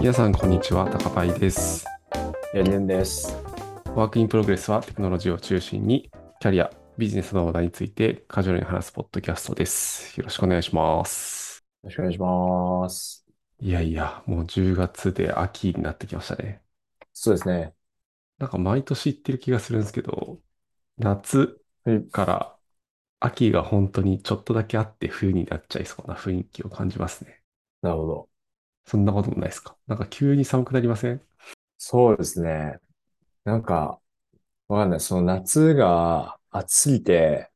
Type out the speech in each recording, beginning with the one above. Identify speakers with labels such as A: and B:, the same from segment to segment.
A: 皆さんこんにちは高パイです
B: やりゅんです。
A: ワークインプログレスはテクノロジーを中心にキャリアビジネスの話題についてカジュアルに話すポッドキャストですよろしくお願いします
B: よろしくお願いします。
A: いやいやもう10月で秋になってきましたね
B: そうですね。
A: なんか毎年言ってる気がするんですけど夏
B: はい
A: から秋が本当にちょっとだけあって冬になっちゃいそうな雰囲気を感じますね
B: なるほど。
A: そんなこともないですかなんか急に寒くなりません
B: そうですね。なんか、わかんない。その夏が暑すぎて、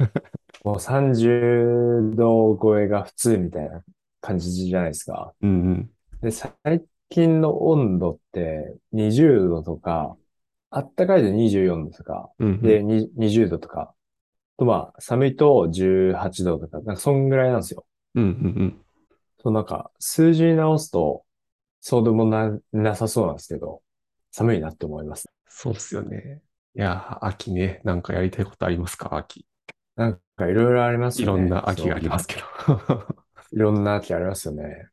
B: もう30度超えが普通みたいな感じじゃないですか。
A: うんうん
B: で、最近の温度って20度とか、あったかいで24度とか、
A: うんうん
B: で、に20度とか、とまあ、寒いと18度とか、なんかそんぐらいなんですよ。
A: うんうん
B: そう、なんか、数字に直すと、そうでもな、なさそうなんですけど、寒いなって思います。
A: そうっすよね。いやー、秋ね、なんかやりたいことありますか、秋。
B: なんか、いろいろあります
A: い
B: よ
A: ろ
B: ね。。
A: んな秋がありますすけど。
B: いろんな秋ありますよね。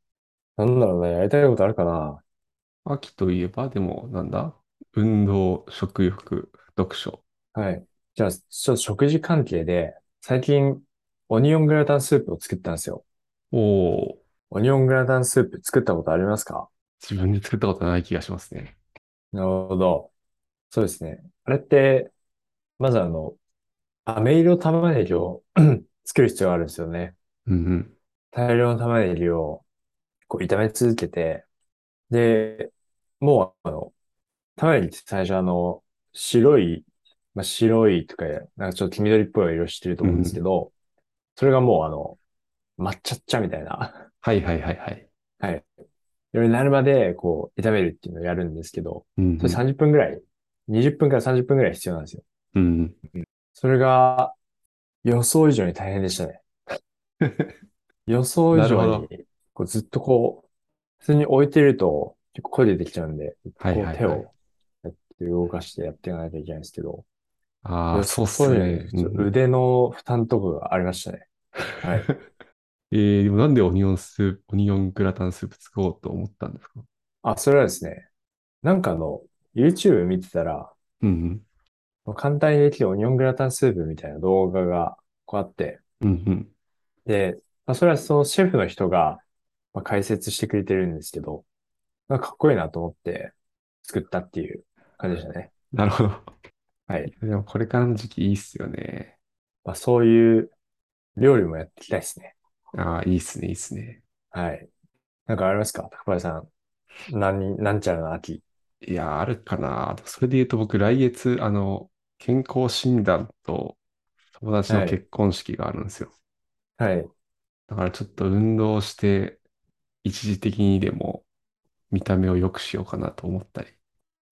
B: なんだろうね、やりたいことあるかな。
A: 秋といえば、でも、なんだ運動、食欲、読書。
B: はい。じゃあ、ちょっと食事関係で、最近、オニオングラタンスープを作ったんですよ。
A: おー、
B: オニオングラタンスープ作ったことありますか
A: 自分で作ったことない気がしますね。
B: なるほど。そうですね。あれって、まずあの、飴色玉ねぎを 作る必要があるんですよね。
A: うんうん。
B: 大量の玉ねぎをこう炒め続けて、で、もうあの、玉ねぎって最初あの、白い、まあ、白いとか、なんかちょっと黄緑っぽい色してると思うんですけど、それがもうあの、抹茶っ茶みたいな、
A: はいはいはいはい。
B: はい。色になるまで、こう、炒めるっていうのをやるんですけど、
A: うん
B: それ30分ぐらい、20分から30分ぐらい必要なんですよ。
A: うん。
B: それが、予想以上に大変でし たね。予想以
A: なるほ
B: 上
A: ど
B: に、こうずっとこう、普通に置いてると結構声出てきちゃうんで、
A: はいはいはい
B: こう手をやって動かしてやっていかなきゃいけないんですけど、
A: ああ、
B: 予
A: そうっす
B: 想以上
A: ね。
B: にちょ
A: う
B: っと
A: んうん
B: 腕の負担とかがありましたね。はい。
A: えー、でもなんでオニオンスープ、オニオングラタンスープ作ろうと思ったんですか
B: あ、それはですね、なんかあの、YouTube 見てたら、
A: うん
B: 簡単にできるオニオングラタンスープみたいな動画がこうあって、
A: うん。うんうん。
B: で、まあ、それはそのシェフの人が、まあ、解説してくれてるんですけど、なんかかっこいいなと思って作ったっていう感じでしたね。
A: なるほど。
B: はい。
A: でもこれからの時期いいっすよね。
B: まあ、そういう料理もやっていきたいですね。
A: ああ、いいっすね、いいっすね。
B: はい。なんかありますか高林さん。何、なんちゃらの秋。
A: いや、あるかな。それで言うと僕、来月、あの、健康診断と友達の
B: はい
A: 結婚式があるんですよ。
B: はい。
A: だからちょっと運動して、一時的にでも見た目を良くしようかなと思ったり、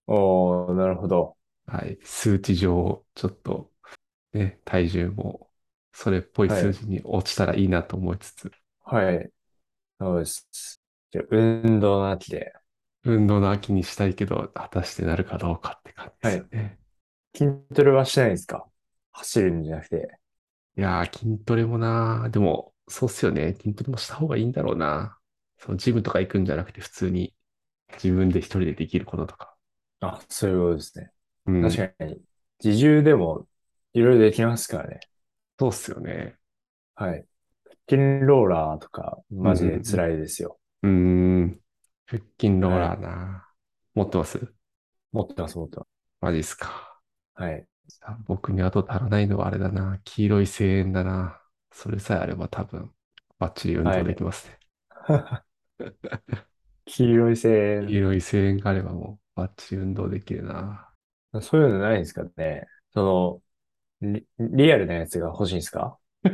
B: おー、なるほど。
A: はい、数値上、ちょっと、ね、体重も、それっぽい
B: はい
A: 数字に落ちたらいいなと思いつつ、
B: はい。そうです。じゃあ運動の秋で。
A: 運動の秋にしたいけど、果たしてなるかどうかって感じですよね。
B: 筋トレはしてないんですか走るんじゃなくて。
A: いやー、筋トレもなー、でも、そうっすよね。筋トレもした方がいいんだろうな。そのジムとか行くんじゃなくて、普通に自分で一人でできることとか。
B: あ、そういうことですね。
A: うん、
B: 確かに。自重でもいろいろできますからね。
A: そうっすよね。
B: はい。腹筋ローラーとか、マジで辛いですよ。
A: うーん。腹筋ローラーなー。持ってます
B: 持ってます、持ってま
A: マジっすか。
B: す。はい。
A: さあ僕にあと足らないのはあれだな。黄色い声援だな。それさえあれば多分、バッチリ運動できますね。
B: 黄色い
A: 黄
B: 線。
A: 色い声援があればもう、バッチリ運動できるな。
B: そういうのないんですかね。その、リ、リアルなやつが欲しいんですか
A: い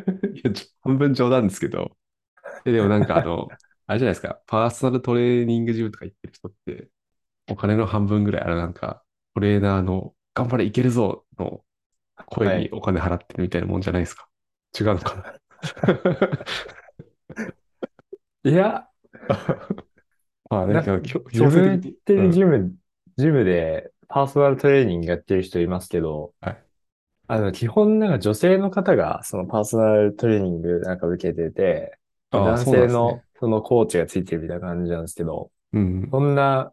A: や、ちょ半分冗談ですけど。え、でもなんかあ の、あれじゃないですか、パーソナルトレーニングジムとか行ってる人って、お金の半分ぐらい、あれなんか、トレーナーの、頑張れ、いけるぞの声
B: は
A: に
B: い
A: お金払ってるみたいなもんじゃないですか。違うの かな。
B: い や、
A: まあ、なんか、きょ
B: 自
A: 強制
B: 分
A: 的
B: 行
A: に
B: って
A: う
B: る
A: ん
B: ジム、ジムでパーソナルトレーニングやってる人いますけど、
A: はい
B: あの、基本なんか女性の方がそのパーソナルトレーニングなんか受けてて、
A: ああそ
B: 男
A: うなんです
B: 性
A: ね
B: のそのコーチがついてるみたいな感じなんですけど、
A: うん。
B: そんな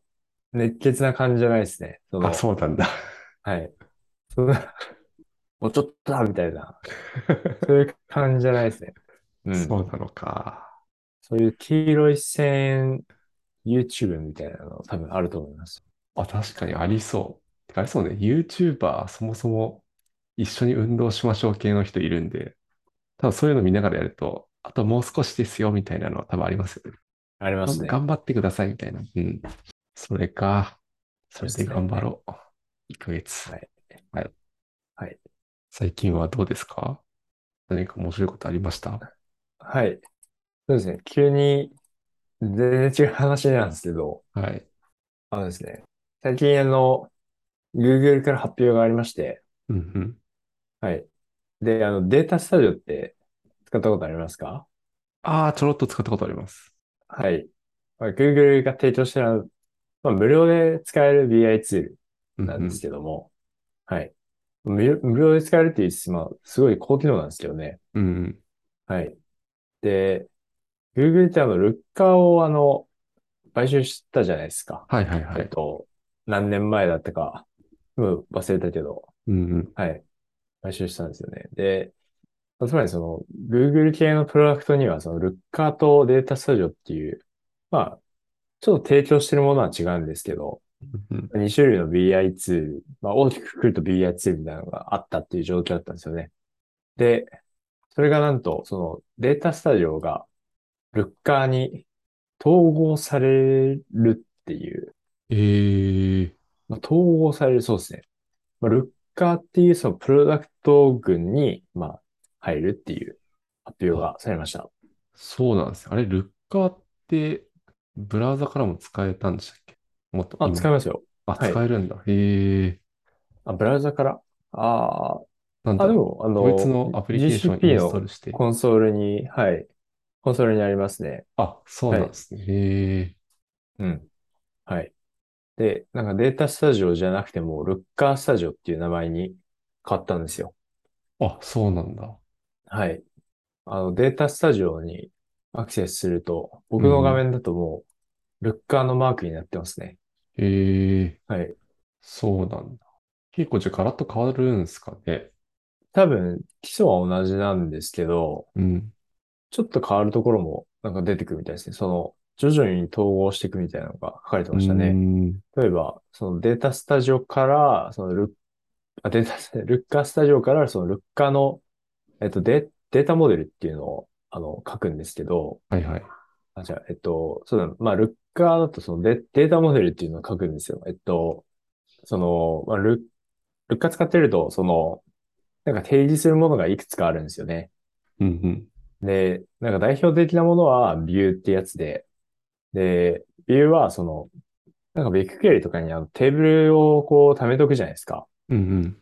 B: 熱血な感じじゃないですね。そ
A: あ、
B: の、
A: そうなんだ。
B: はい。そんな、 もうちょっとだみたいな、そういう感じじゃないですね。うん。
A: そうなのか。
B: そういう黄色い線 YouTube みたいなの多分あると思います。
A: あ、確かにありそう。てかありそうね。YouTuber、そもそも一緒に運動しましょう系の人いるんで、多分そういうの見ながらやると、あともう少しですよみたいなのは多分ありますよね。
B: ありますね。
A: 頑張ってくださいみたいな。うん。それか。それ
B: そう
A: で
B: です
A: 頑
B: ね
A: 張ろう。1ヶ月。
B: はい。
A: はい。
B: はい
A: 最近はどうですか何か面白いことありました
B: はい。そうですね。急に、全然違う話なんですけど、
A: はい。
B: あのですね。最近、あの、Google から発表がありまして、
A: うんうん。
B: はい。で、あの、データスタジオって使ったことありますか
A: ああ、ちょろっと使ったことあります。
B: はい。まあ Google が提供してるあの、まあ、無料で使える BI ツール
A: うん
B: なん
A: う
B: で
A: ん
B: すけども、はい。無無料で使えるって言いつつ、まあ、すごい高機能なんですけどね。
A: うん
B: はい。で、Google ってあの、ルッカーをあの、買収したじゃないですか。
A: はいはいは
B: えっ
A: い。
B: と、何年前だったか、うん、忘れたけど、
A: うんうん。
B: はい。買収したんですよね。で、まあつまりその、Google 系のプロダクトには、その、ルッカーとデータスタジオっていう、まあ、ちょっと提供してるものは違うんですけど、
A: うん
B: 2種類の BI ツール、まあ、大きくくると BI ツールみたいなのがあったっていう状況だったんですよね。で、それがなんと、そのデータスタジオがルッカーに統合されるっていう、
A: ええ
B: まあ、統合されるそうですね。まあ、ルッカーっていうそのプロダクト群に、まあ、入るっていう発表がされました。
A: そうなんですよ。あれ、ルッカーって、ブラウザからも使えたんでしたっけもっと
B: あ、
A: 今
B: 使いますよ。
A: あ、
B: はい
A: 使えるんだ。へえ。
B: あ、ブラウザから。あ
A: なん
B: あ、あ、
A: だ
B: で
A: ろ
B: も、あ
A: う。
B: の、
A: こいつのアプリケーション
B: GCP
A: イン
B: の
A: ストールして。
B: コンソールに、はい、コンソールにありますね。
A: あ、そうなんですね。へえ。
B: うん。はい。で、なんかデータスタジオじゃなくても、ルッカースタジオっていう名前に変わったんですよ。
A: あ、そうなんだ。
B: はい。あの、データスタジオにアクセスすると、僕の画面だともう、ルッカーのマークになってますね。
A: へえ。
B: はい。
A: そうなんだ。結構じゃあガラッと変わるんですかね。
B: 多分、基礎は同じなんですけど、
A: うん。
B: ちょっと変わるところもなんか出てくるみたいですね。その、徐々に統合していくみたいなのが書かれてましたね
A: う。ん
B: 例えば、そのデータスタジオから、そのルッ、あ、データス、 ルッカースタジオから、そのルッカーの、えっと、デ、データモデルっていうのを、あの、書くんですけど、
A: はいはい。
B: あ、じゃあ、えっと、そうだ、まあ、ルッカーだとそのデ、データモデルっていうのを書くんですよ。えっと、その、まあ、ルッ、ルッカー使ってると、その、なんか提示するものがいくつかあるんですよね。
A: うんうん。
B: で、なんか代表的なものは、ビューってやつで、で、ビューは、その、なんかビッグクエリとかにあのテーブルをこう貯めとくじゃないですか。
A: うんうん。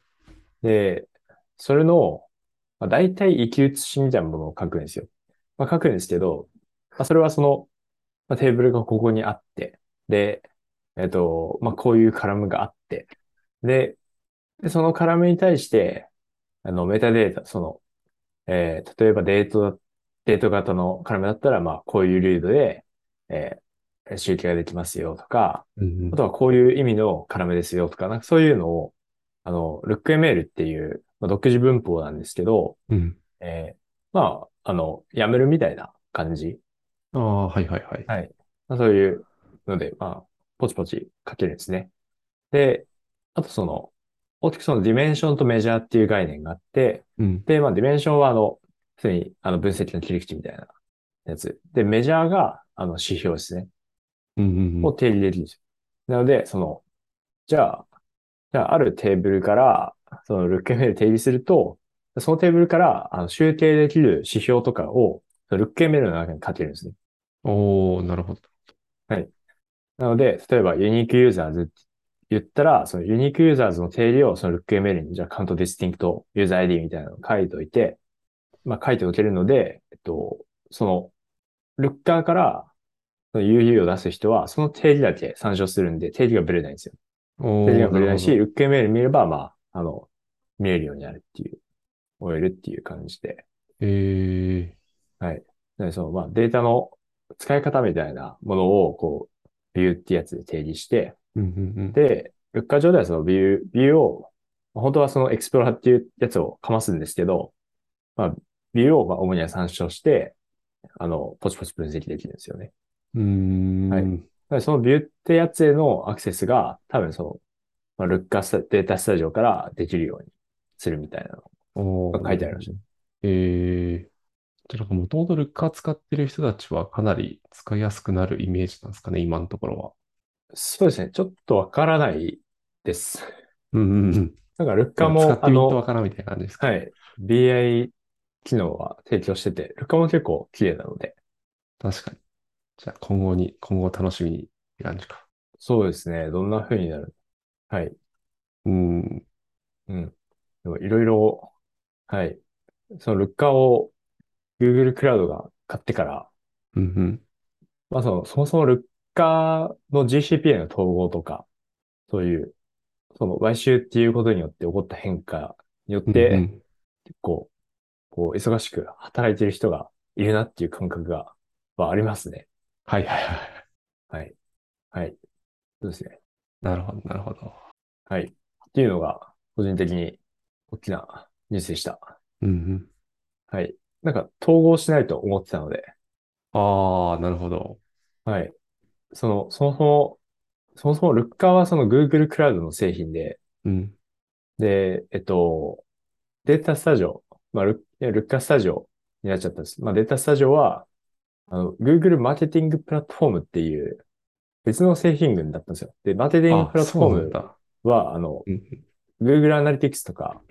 B: で、それの、まあ、大体行き写しみたいなものを書くんですよ。まあ、書くんですけど、まあ、それはその、まあ、テーブルがここにあって、で、えっと、まあ、こういうカラムがあって、で、でそのカラムに対して、あの、メタデータ、その、えー例えばデート、デート型のカラムだったら、まあ、こういうルールで、えー集計ができますよとか、
A: うんうん
B: あとはこういう意味の絡めですよとか、なんかそういうのを、あの、ルック ML っていう、まあ、独自文法なんですけど、
A: うん。
B: えーまあ、あの、やめるみたいな感じ。
A: ああ、はいはいはい。
B: まあ、そういうので、まあ、ポチポチ書けるんですね。で、あとその、大きくそのディメンションとメジャーっていう概念があって、
A: うん。
B: で、まあ、ディメンションはあの、普通にあの分析の切り口みたいなやつ。で、メジャーがあの指標ですね。
A: うんうんう
B: を
A: ん。
B: 定義できるんですよ。なので、その、じゃあ、じゃあ、あるテーブルから、そのルック ML 定義すると、そのテーブルから、あの、集計できる指標とかを、そのルック ML の中に書けるんですね。
A: おー、なるほど。
B: なので、例えば、ユニークユーザーズって言ったら、そのユニークユーザーズの定義を、そのルック ML に、じゃあ、カウントディスティンクトユーザー ID みたいなのを書いておいて、まあ、書いておけるので、えっと、その、ルッカーから、その UU を出す人は、その定義だけ参照するんで、定義がぶれないんですよ。
A: お
B: 手
A: ー、
B: が触れないし、
A: なる
B: ルック ML 見れば、まあ、あの、見えるようになるっていう、終えるっていう感じで。
A: ほど。へえ。
B: でその、まあ、データの使い方みたいなものを、こう、ビューってやつで定義して、
A: うんうんうん。
B: で、物価上ではそのビュー、ビューを、本当はそのエクスプロラっていうやつをかますんですけど、まあ、ビューをまあ主には参照して、あの、ポチポチ分析できるんですよね。
A: うーん。
B: はいだからそのビューってやつへのアクセスが、多分その、まあ、ルッカスデータスタジオからできるようにするみたいな
A: お
B: の
A: ー
B: が書いてありましたね。
A: ええじゃあなんかもともとルッカー使ってる人たちはかなり使いやすくなるイメージなんですかね、今のところは。
B: そうですね。ちょっとわからないです。
A: うんうんうん。
B: なんか、ルッカも、
A: 使って
B: あ
A: みる
B: の、
A: とわからんみたいな感じですか。
B: はい。BI 機能は提供してて、ルカも結構綺麗なので。
A: 確かに。じゃあ今後に、今後楽しみにって感じか。
B: そうですね。どんな風になるはい。
A: うん。
B: うん。でもいろいろ、はい。そのルカを Google クラウドが買ってから、
A: うんうん。
B: まあその、そもそもルカの GCP への統合とか、そういう、その買収っていうことによって起こった変化によっ
A: うんう
B: て、
A: ん
B: 結構、こう、忙しく働いてる人がいるなっていう感覚が、はありますね。
A: はいはいはい。
B: はい。はい。そうですね。
A: なるほど、なるほど。
B: はい。っていうのが、個人的に大きなニュースでした。
A: うんうん。
B: はい。なんか、統合しないと思ってたので、
A: ああ、なるほど。
B: はい。その、そもそも、そもそも、ルッカーはその Google クラウドの製品で、
A: うん。
B: で、えっと、データスタジオ、まあ、ルッ、ルッカースタジオになっちゃったんです。まあ、データスタジオは、あの、Google マーケティングプラットフォームっていう、別の製品群だったんですよ。で、マーケティング
A: あ
B: プラットフォー
A: そうなん
B: ム
A: だ。
B: は、あの、
A: うんうん。
B: Google アナリティクスとか、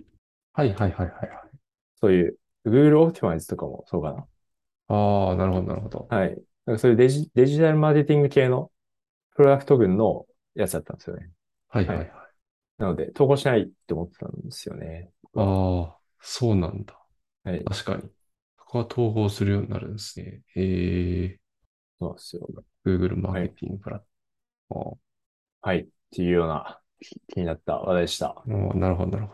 A: はいはいはいはいはい。
B: そういう Google Optimize とかもそうか
A: ああ、なるほど、なるほど。
B: な。はい。なんかそういうデジ、デジタルマーケティング系のプロダクト群のやつだったんですよね。
A: はいはいはい。
B: なので、統合しないって思ってたんですよね。
A: ああ、そうなんだ。
B: はい。
A: 確かに。ここは統合するようになるんですね。え
B: そうなんですよ。
A: ー、Google マーケティングプラット
B: はい。っていうような気気になった話題でした。
A: フォーム。あーなるほど、なるほ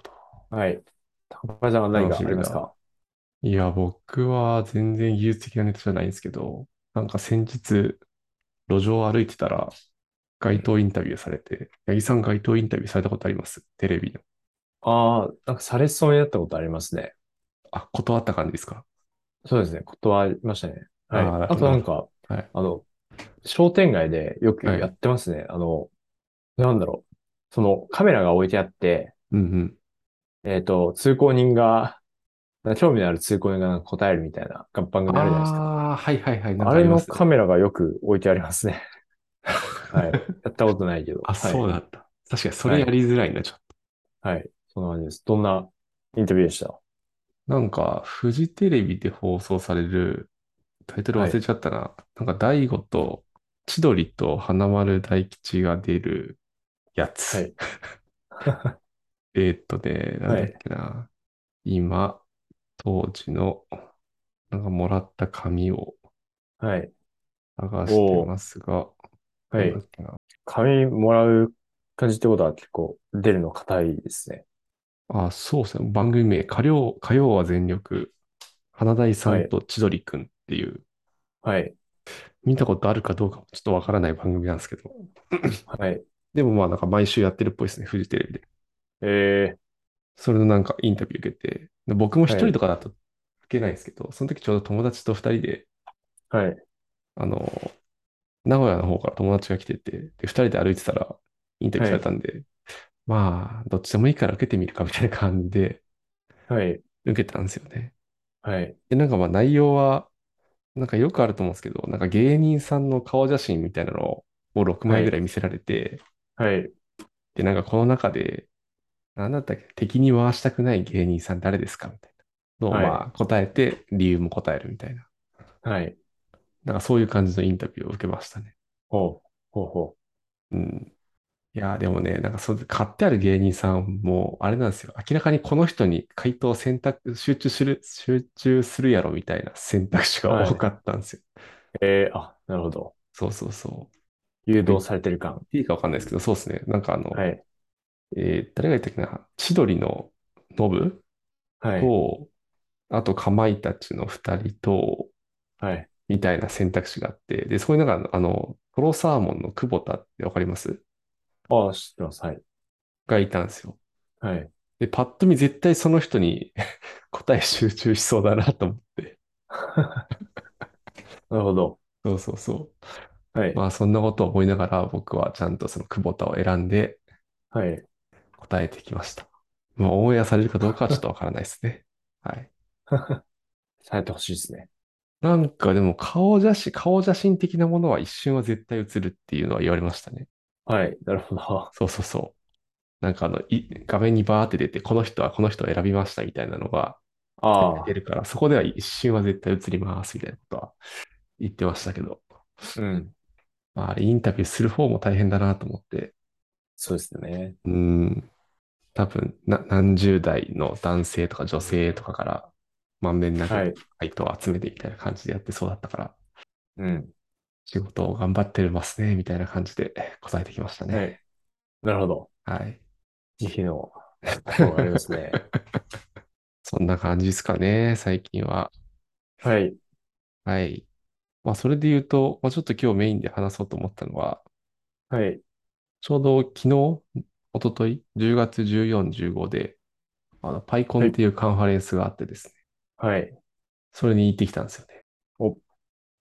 A: ど。
B: はい。高橋さんは何かありますか
A: いや、僕は全然技術的なネタじゃないんですけど、なんか先日、路上を歩いてたら、街頭インタビューされて、八木さん街頭インタビューされたことありますテレビの。
B: ああ、なんかされそうになったことありますね。
A: あ、断った感じですか
B: そうですね。断りましたね。はい。
A: あーなるほど
B: あとなんか、
A: はい
B: あの、商店街でよく
A: はい
B: やってますね。あの、なんだろう。そのカメラが置いてあって、
A: うんうん。
B: えっと、通行人が、興味のある通行人がなんか答えるみたいな番組あるじゃないですか。
A: ああ、はいはいはい。なんか
B: あ
A: あ
B: れ
A: りま
B: の
A: すね
B: カメラがよく置いてありま すね。はい。やったことないけど。
A: あ、そう
B: はい。
A: だった。確かにそれやりづらいな、ちょっと。
B: はい。そんな感じです。どんなインタビューでした
A: なんか、フジテレビで放送される、タイトル忘れちゃったな。なんか、大悟と千鳥と花丸大吉が出るやつ。
B: はい
A: えーっとね、なんだっけな。今、当時の、なんかもらった紙を
B: はい。
A: 探してますが、
B: は
A: ないん。だっけな。
B: 紙もらう感じってことは結構出るの硬いですね。
A: あ、そうですね。番組名、火曜、火曜は全力、花大さんと千鳥くんっていう、
B: はい。
A: 見たことあるかどうかもちょっとわからない番組なんですけど、
B: はい。
A: でもまあなんか毎週やってるっぽいですね、フジテレビで。
B: え
A: それのなんかインタビュー受けて、で僕も一
B: は
A: 人
B: い
A: とかだと受けないんですけど、その時ちょうど友達と二人で、
B: ー、はい。
A: あの、名古屋の方から友達が来てて、で、二人で歩いてたらインタビューされたんで、まあ、どっちでもいいから受けてみるかみたいな感じで
B: はい。
A: 受けたんですよね。
B: はい。
A: で、なんかまあ内容は、なんかよくあると思うんですけど、なんか芸人さんの顔写真みたいなのを6枚ぐらい見せられて、
B: はい。
A: で、なんかこの中で、なんだったっけ、敵に回したくない芸人さん誰ですかみたいなのを
B: はい
A: まあ答えて、理由も答えるみたいな。
B: はい。
A: なんかそういう感じのインタビューを受けましたね。
B: ほう。ほうほ
A: うん。いやー、でもね、なんかそう、買ってある芸人さんも、あれなんですよ。明らかにこの人に回答選択、集中する、集中するやろみたいな選択肢が多かったんですよ。
B: う。えー、あ、なるほど。
A: そうそうそう。
B: 誘導されてる感。
A: いいかわかんないですけど、そうですね。なんかあの、
B: はい。
A: えー誰が言ったっけな、千鳥のノブ
B: はい。
A: と、あと、かまいたちの2人と、
B: はい。
A: みたいな選択肢があって、で、そこになんか、あの、トロサーモンの久保田ってわかります
B: ああ、知ってます。はい。
A: がいたんですよ。
B: はい。
A: で、パッと見絶対その人に 答え集中しそうだなと思って。
B: なるほど。
A: そうそうそう。
B: はい。
A: まあ、そんなことを思いながら僕はちゃんとその久保田を選んで
B: はい。
A: 答えてきました。まあ、オンエアされるかどうかはちょっとわからないですね。 はい。
B: されてほしいですね。
A: なんかでも顔写真、顔写真的なものは一瞬は絶対映るっていうのは言われましたね。
B: はい。なる ほど。
A: そうそうそう。なんかあの、い画面にバーって出て、この人はこの人を選びましたみたいなのが
B: あ
A: 出
B: あ、
A: るから、そこでは一瞬は絶対映りますみたいなことは言ってましたけど。
B: うん。
A: まあ、あれインタビューする方も大変だなと思って。
B: そうですね。
A: うん。多分な、何十代の男性とか女性とかから、まんべんな
B: は
A: く
B: い。
A: 回答を集めてみたいな感じでやってそうだったから、
B: うん。
A: 仕事を頑張ってますね、みたいな感じで答えてきました
B: はい。
A: ね。
B: なるほど。
A: はい。
B: 慈悲 の心がありますね。
A: そんな感じですかね、最近は。
B: はい。
A: はい。まあ、それで言うと、まあ、ちょっと今日メインで話そうと思ったのは、
B: はい。
A: ちょうど昨日、一昨日10月14、15で、あの、パイコン
B: は
A: っ
B: い。
A: ていうカンファレンスがあってですね、
B: はい。
A: それに行ってきたんですよね。
B: お、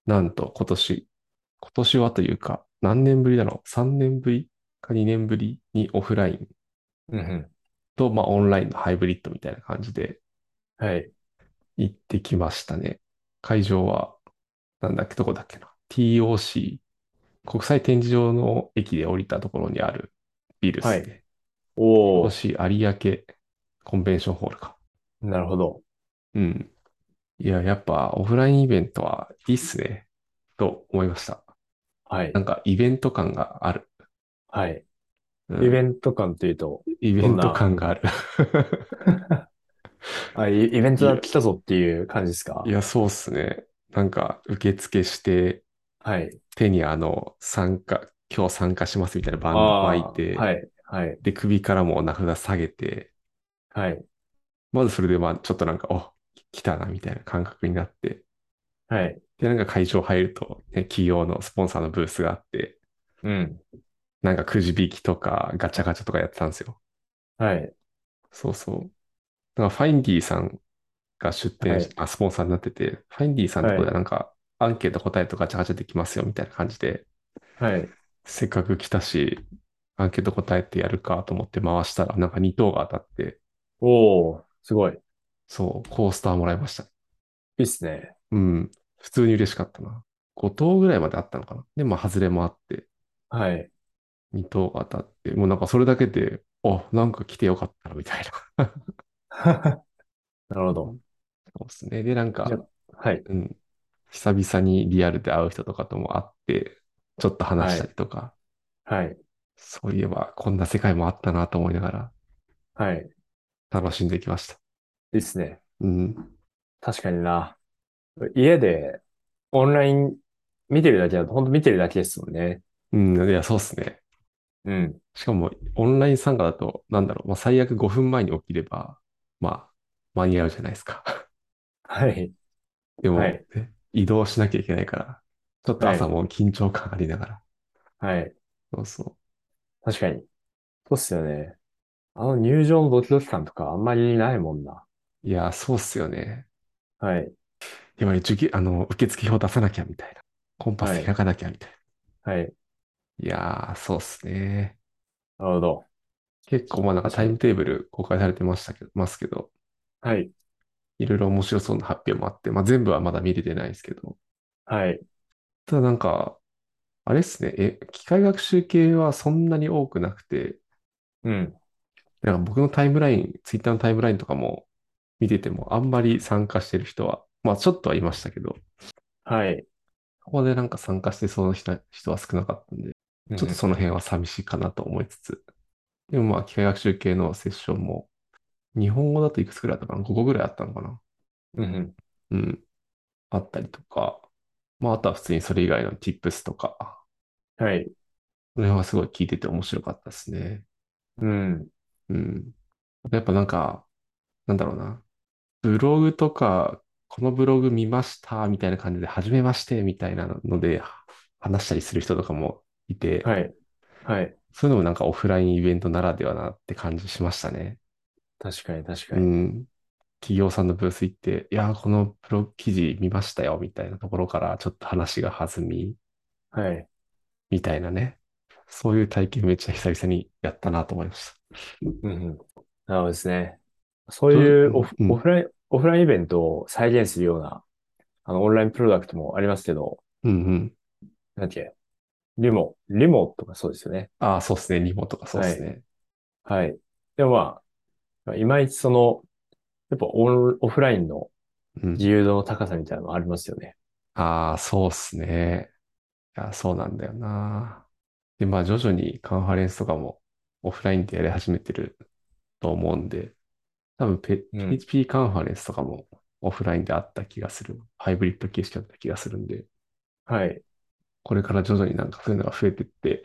A: なんと、今年、今年はというか、何年ぶりだろう ?3 年ぶりか2年ぶりにオフライン
B: うんう
A: と、まあ、オンラインのハイブリッドみたいな感じで
B: ん。はい。
A: 行ってきましたね。会場は、なんだっけ、どこだっけな。TOC、国際展示場の駅で降りたところにあるビルで
B: は
A: す
B: い。
A: ね。
B: おー、
A: TOC 有明コンベンションホールか。
B: なるほど。
A: うん。いや、やっぱオフラインイベントはいいっすね。と思いました。
B: はい。
A: なんかイベント感がある。
B: はい。
A: う
B: イベ
A: ん。
B: ント感というと、
A: イベ
B: どん
A: ント
B: な、
A: 感がある。
B: あ、イ、イベント
A: いや、
B: が来たぞっていう感じで す
A: い
B: か
A: や、そうっすね。なんか、受付して、
B: はい。
A: 手にあの、参加、今日参加しますみたいなバンド巻い
B: ああ、
A: て、
B: はい。はい。
A: で、首からも名札下げて、
B: はい。
A: まずそれで、まあ、ちょっとなんか、お、来たな、みたいな感覚になって、
B: はい。
A: で、なんか会場入ると、ね、企業のスポンサーのブースがあって、
B: うん。
A: なんかくじ引きとか、ガチャガチャとかやってたんですよ。
B: はい。
A: そうそう。なんか、ファインディさんが出
B: は
A: 店し
B: い。
A: あ、スポンサーになってて、ファインディさんのと
B: は
A: ころで
B: い。
A: なんか、アンケート答えとガチャガチャできますよ、みたいな感じで、
B: はい。
A: せっかく来たし、アンケート答えてやるかと思って回したら、なんか2等が当たって、
B: おー、すごい。い
A: そう、コースターもらいました。
B: いっすね。
A: うん、普通に嬉しかったな。5等ぐらいまであったのかな。で、まあ、外れもあって、
B: はい。
A: 2等が当たって、もうなんかそれだけで、あ、なんか来てよかったな、みたいな。
B: なるほ
A: う
B: ど。
A: んそうですね。で、なん
B: じゃ
A: か、
B: あ、はい。
A: うん、久々にリアルで会う人とかとも会って、ちょっと話
B: は
A: した
B: い。
A: りとか、
B: はい。
A: そういえば、こんな世界もあったなと思いながら、
B: はい。い
A: 楽しんできました。
B: いっすね。
A: うん。
B: 確かにな。家で、オンライン見てるだけだと、ほんと見てるだけですもんね。
A: うん、いや、そうっすね。
B: うん。
A: しかも、オンライン参加だと、なんだろう、まあ、最悪5分前に起きれば、まあ、間に合うじゃないですか。
B: はい。
A: で
B: は
A: も、
B: い。
A: ね、移動しなきゃいけないから、ちょっと
B: は
A: 朝
B: い。
A: も緊張感ありながら。
B: はい。
A: そうそ
B: 確かに。そうっすよね。あの入場のドキドキ感とかあんまりないもんな。
A: う。いや、そうっすよね。
B: はい。
A: 今、受け、あの、受付票出さなきゃみたいな。コンパ
B: は
A: ス
B: い。
A: 開かなきゃみたいな。
B: はい。
A: いやー、そうっすね。
B: なるほど。
A: 結構、まあなんか
B: 確
A: タ
B: か
A: イム
B: に。
A: テーブル公開されてましたけど、ますけど、
B: はい。
A: いろいろ面白そうな発表もあって、まあ全部はまだ見れてないですけど、
B: はい。
A: ただなんか、あれっすね。え、機械学習系はそんなに多くなくて、
B: うん。
A: なんか僕のタイムライン、ツイッターのタイムラインとかも見てても、あんまり参加してる人は、まあちょっとはいましたけど、
B: はい。
A: ここでなんか参加してそうな人人は少なかったんで、
B: う
A: ちょっとそ
B: ん。
A: の辺は寂しいかなと思いつつ、でもまあ機械学習系のセッションも、日本語だといくつくらいあったかな ?5 個ぐらいあったのかな
B: うん。
A: うん、あったりとか、まああとは普通にそれ以外の tips とか、
B: はい。
A: この辺はすごい聞いてて面白かったですね。
B: うん。
A: うん。あとやっぱなんか、なんだろうな。ブログとかこのブログ見ました、みたいな感じで、はじめまして、みたいなので、話したりする人とかもいて、
B: はい。はい。
A: そういうのもなんかオフラインイベントならではなって感じしましたね。
B: 確かに確か
A: う
B: に。
A: ん。企業さんのブース行って、いやー、このブログ記事見ましたよ、みたいなところから、ちょっと話が弾み、
B: はい。
A: みたいなね。そういう体験めっちゃ久々にやったなと思いました。
B: うんうん。なるほどですね。そういう
A: どう
B: オフ、
A: うん
B: オフライン、オフラインイベントを再現するような、あの、オンラインプロダクトもありますけど、
A: うんうん。
B: なんていうリモ、リモとかそうですよね。
A: ああ、そうですね。リモとかそうですね。
B: はい。でもまあ、いまいちその、やっぱオンオフラインの
A: うん。
B: 自由度の高さみたいなのありますよね。
A: ああ、そうっすね。いや、そうなんだよな。で、まあ、徐々にカンファレンスとかもオフラインでやり始めてると思うんで、多分ペ、
B: うん
A: PHP カンファレンスとかもオフラインであった気がする。ハイブリッド形式だった気がするんで、
B: はい。
A: これから徐々になんかそういうのが増えてって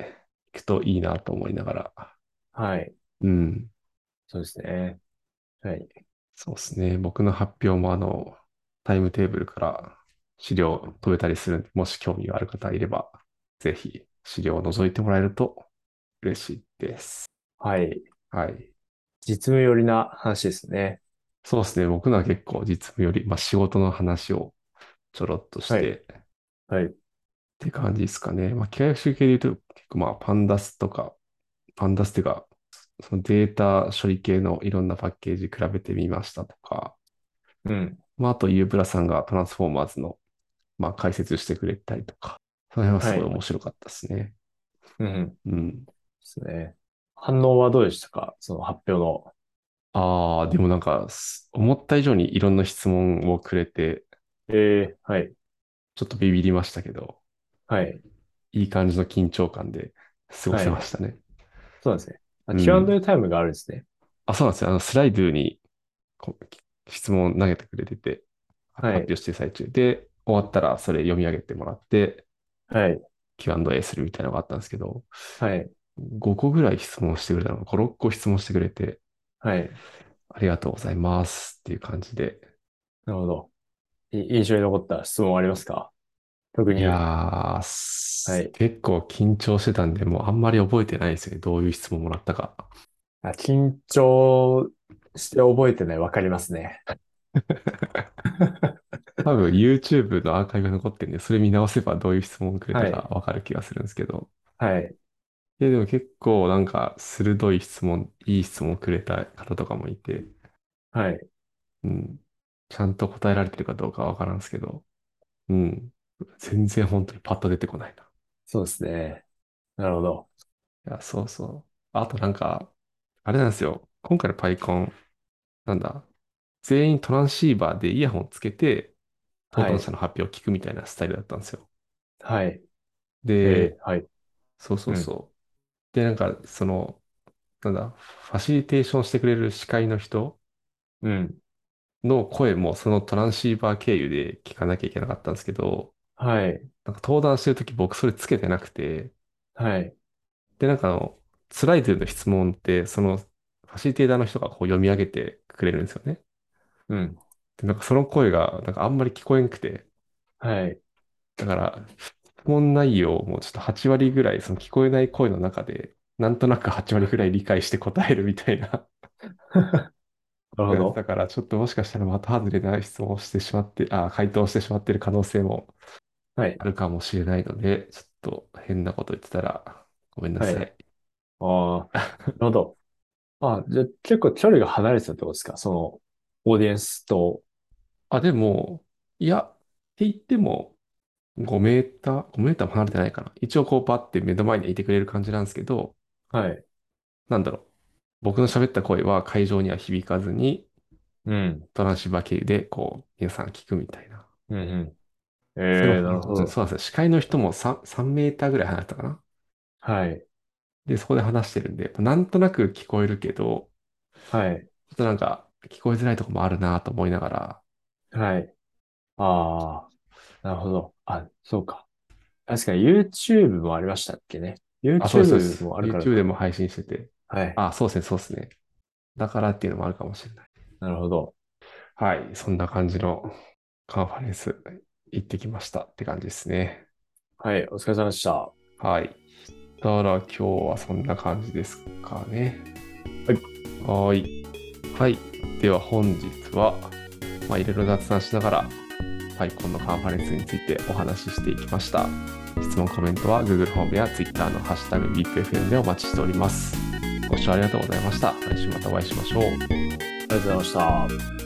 A: いくといいなと思いながら。
B: はい。
A: うん。
B: そうですね。はい。
A: そうですね。僕の発表もあの、タイムテーブルから資料飛べたりするんで、もし興味がある方いれば、ぜひ資料を覗いてもらえると嬉しいです。
B: はい。
A: はい。
B: 実務寄りな話ですね。
A: そうですね。僕のは結構実務より、まあ、仕事の話をちょろっとして、
B: は
A: っ
B: いはい。
A: て感じですかね。まあ、機械学習系で言うと、結構まあ、パンダスとか、パンダスっていうか、そのデータ処理系のいろんなパッケージ比べてみましたとか、
B: うん。
A: まあ、あと、ユーブラさんがトランスフォーマーズの、まあ、解説してくれたりとか、その辺はすごい
B: はい
A: 面白かったですね。
B: うん。で
A: うん。
B: すね。反応はどうでしたかその発表の。
A: ああ、でもなんか、す思った以上にいろんな質問をくれて、
B: ええはい。
A: ちょっとビビりましたけど、
B: はい。
A: いい感じの緊張感で過ごせましたね。
B: そうなんですね。あ
A: うん
B: Q&A タイムがあるんですね。
A: あ、そうなんですよ。あの、スライドゥにこうき質問を投げてくれてて、
B: はい
A: 発表してる最中で、終わったらそれ読み上げてもらって、
B: はい。
A: Q&A するみたいなのがあったんですけど、
B: はい。
A: 5個ぐらい質問してくれたのか、5、6個質問してくれて、
B: はい。
A: ありがとうございますっていう感じで。
B: なるほど。い印象に残った質問ありますか特
A: い
B: に。
A: やー、す
B: はい
A: 結構緊張してたんで、もうあんまり覚えてないですよね。どういう質問もらったか。
B: あ緊張して覚えてない、わかりますね。
A: 多 分 YouTube のアーカイブが残ってるんで、それ見直せばどういう質問をくれたかわかる気がするんですけど。
B: はい。
A: いや、でも結構なんか鋭い質問、いい質問くれた方とかもいて、
B: はい。
A: うん。ちゃんと答えられてるかどうかはわからんですけど、うん。全然本当にパッと出てこないな。
B: そうですね。なるほど。
A: いや、そうそう。あとなんか、あれなんですよ。今回のパイコン、なんだ、全員トランシーバーでイヤホンつけて、当
B: はい
A: ン者の発表を聞くみたいなスタイルだったんですよ。
B: はい。
A: で、
B: ーはい。
A: そうそうそう。で、なんか、その、なんだ、ファシリテーションしてくれる司会の人
B: うん。
A: の声も、そのトランシーバー経由で聞かなきゃいけなかったんですけど、
B: はい。
A: なんか登壇してるとき僕それつけてなくて、
B: はい。
A: で、なんかあの、スライドの質問って、その、ファシリテーターの人がこう読み上げてくれるんですよね。
B: うん。
A: で、なんかその声が、なんかあんまり聞こえんくて、
B: はい。
A: だから、質問内容もちょっと8割ぐらい、その聞こえない声の中で、なんとなく8割ぐらい理解して答えるみたいな
B: なるほ
A: やつ
B: ど。
A: だから、ちょっともしかしたらまた外れない質問をしてしまって、あ、回答してしまってる可能性も
B: はい。
A: あるかもしれないので、ちょっと変なこと言ってたら、ごめんなさ。
B: はいああ、なるほど。あ、じゃあ結構距離が離れてたってことですかその、オーディエンスと。
A: あ、でも、いや、って言っても、5メーター、5メーターも離れてないかな。一応こう、バッて目の前にいてくれる感じなんですけど、
B: はい。
A: なんだろう。僕の喋った声は会場には響かずに、
B: うん。
A: トランシーバー経由で、こう、皆さん聞くみたいな。
B: うんうん。え
A: そ
B: え
A: れ
B: ー、
A: も
B: なるほど。
A: そうなんですよ。司会の人も 3, 3メーターぐらい離れたかな。
B: はい。
A: で、そこで話してるんで、なんとなく聞こえるけど、
B: はい。
A: ちょっとなんか、聞こえづらいとこもあるなと思いながら、
B: はい。ああ、なるほど。あ、そうか。確かに YouTube もありましたっけね。
A: あ、そうです、そう
B: YouTube もあるから
A: YouTube でも配信してて、
B: はい。
A: あ、そうですね、そうですね。だからっていうのもあるかもしれない。
B: なるほど。
A: はい、そんな感じのカンファレンス行ってきましたって感じですね。
B: はい、お疲れ様でした。は
A: はい。だから今日はそんな感じですかね。
B: はい
A: はーい。はい。では本日は、まあ、いろいろ雑談しながら、パイコンのカンファレンスについてお話ししていきました。質問、コメントは Google ホームや Twitter のハッシュタグ BeepFM でお待ちしております。ご視聴ありがとうございました。来週またお会いしましょう。
B: ありがとうございました。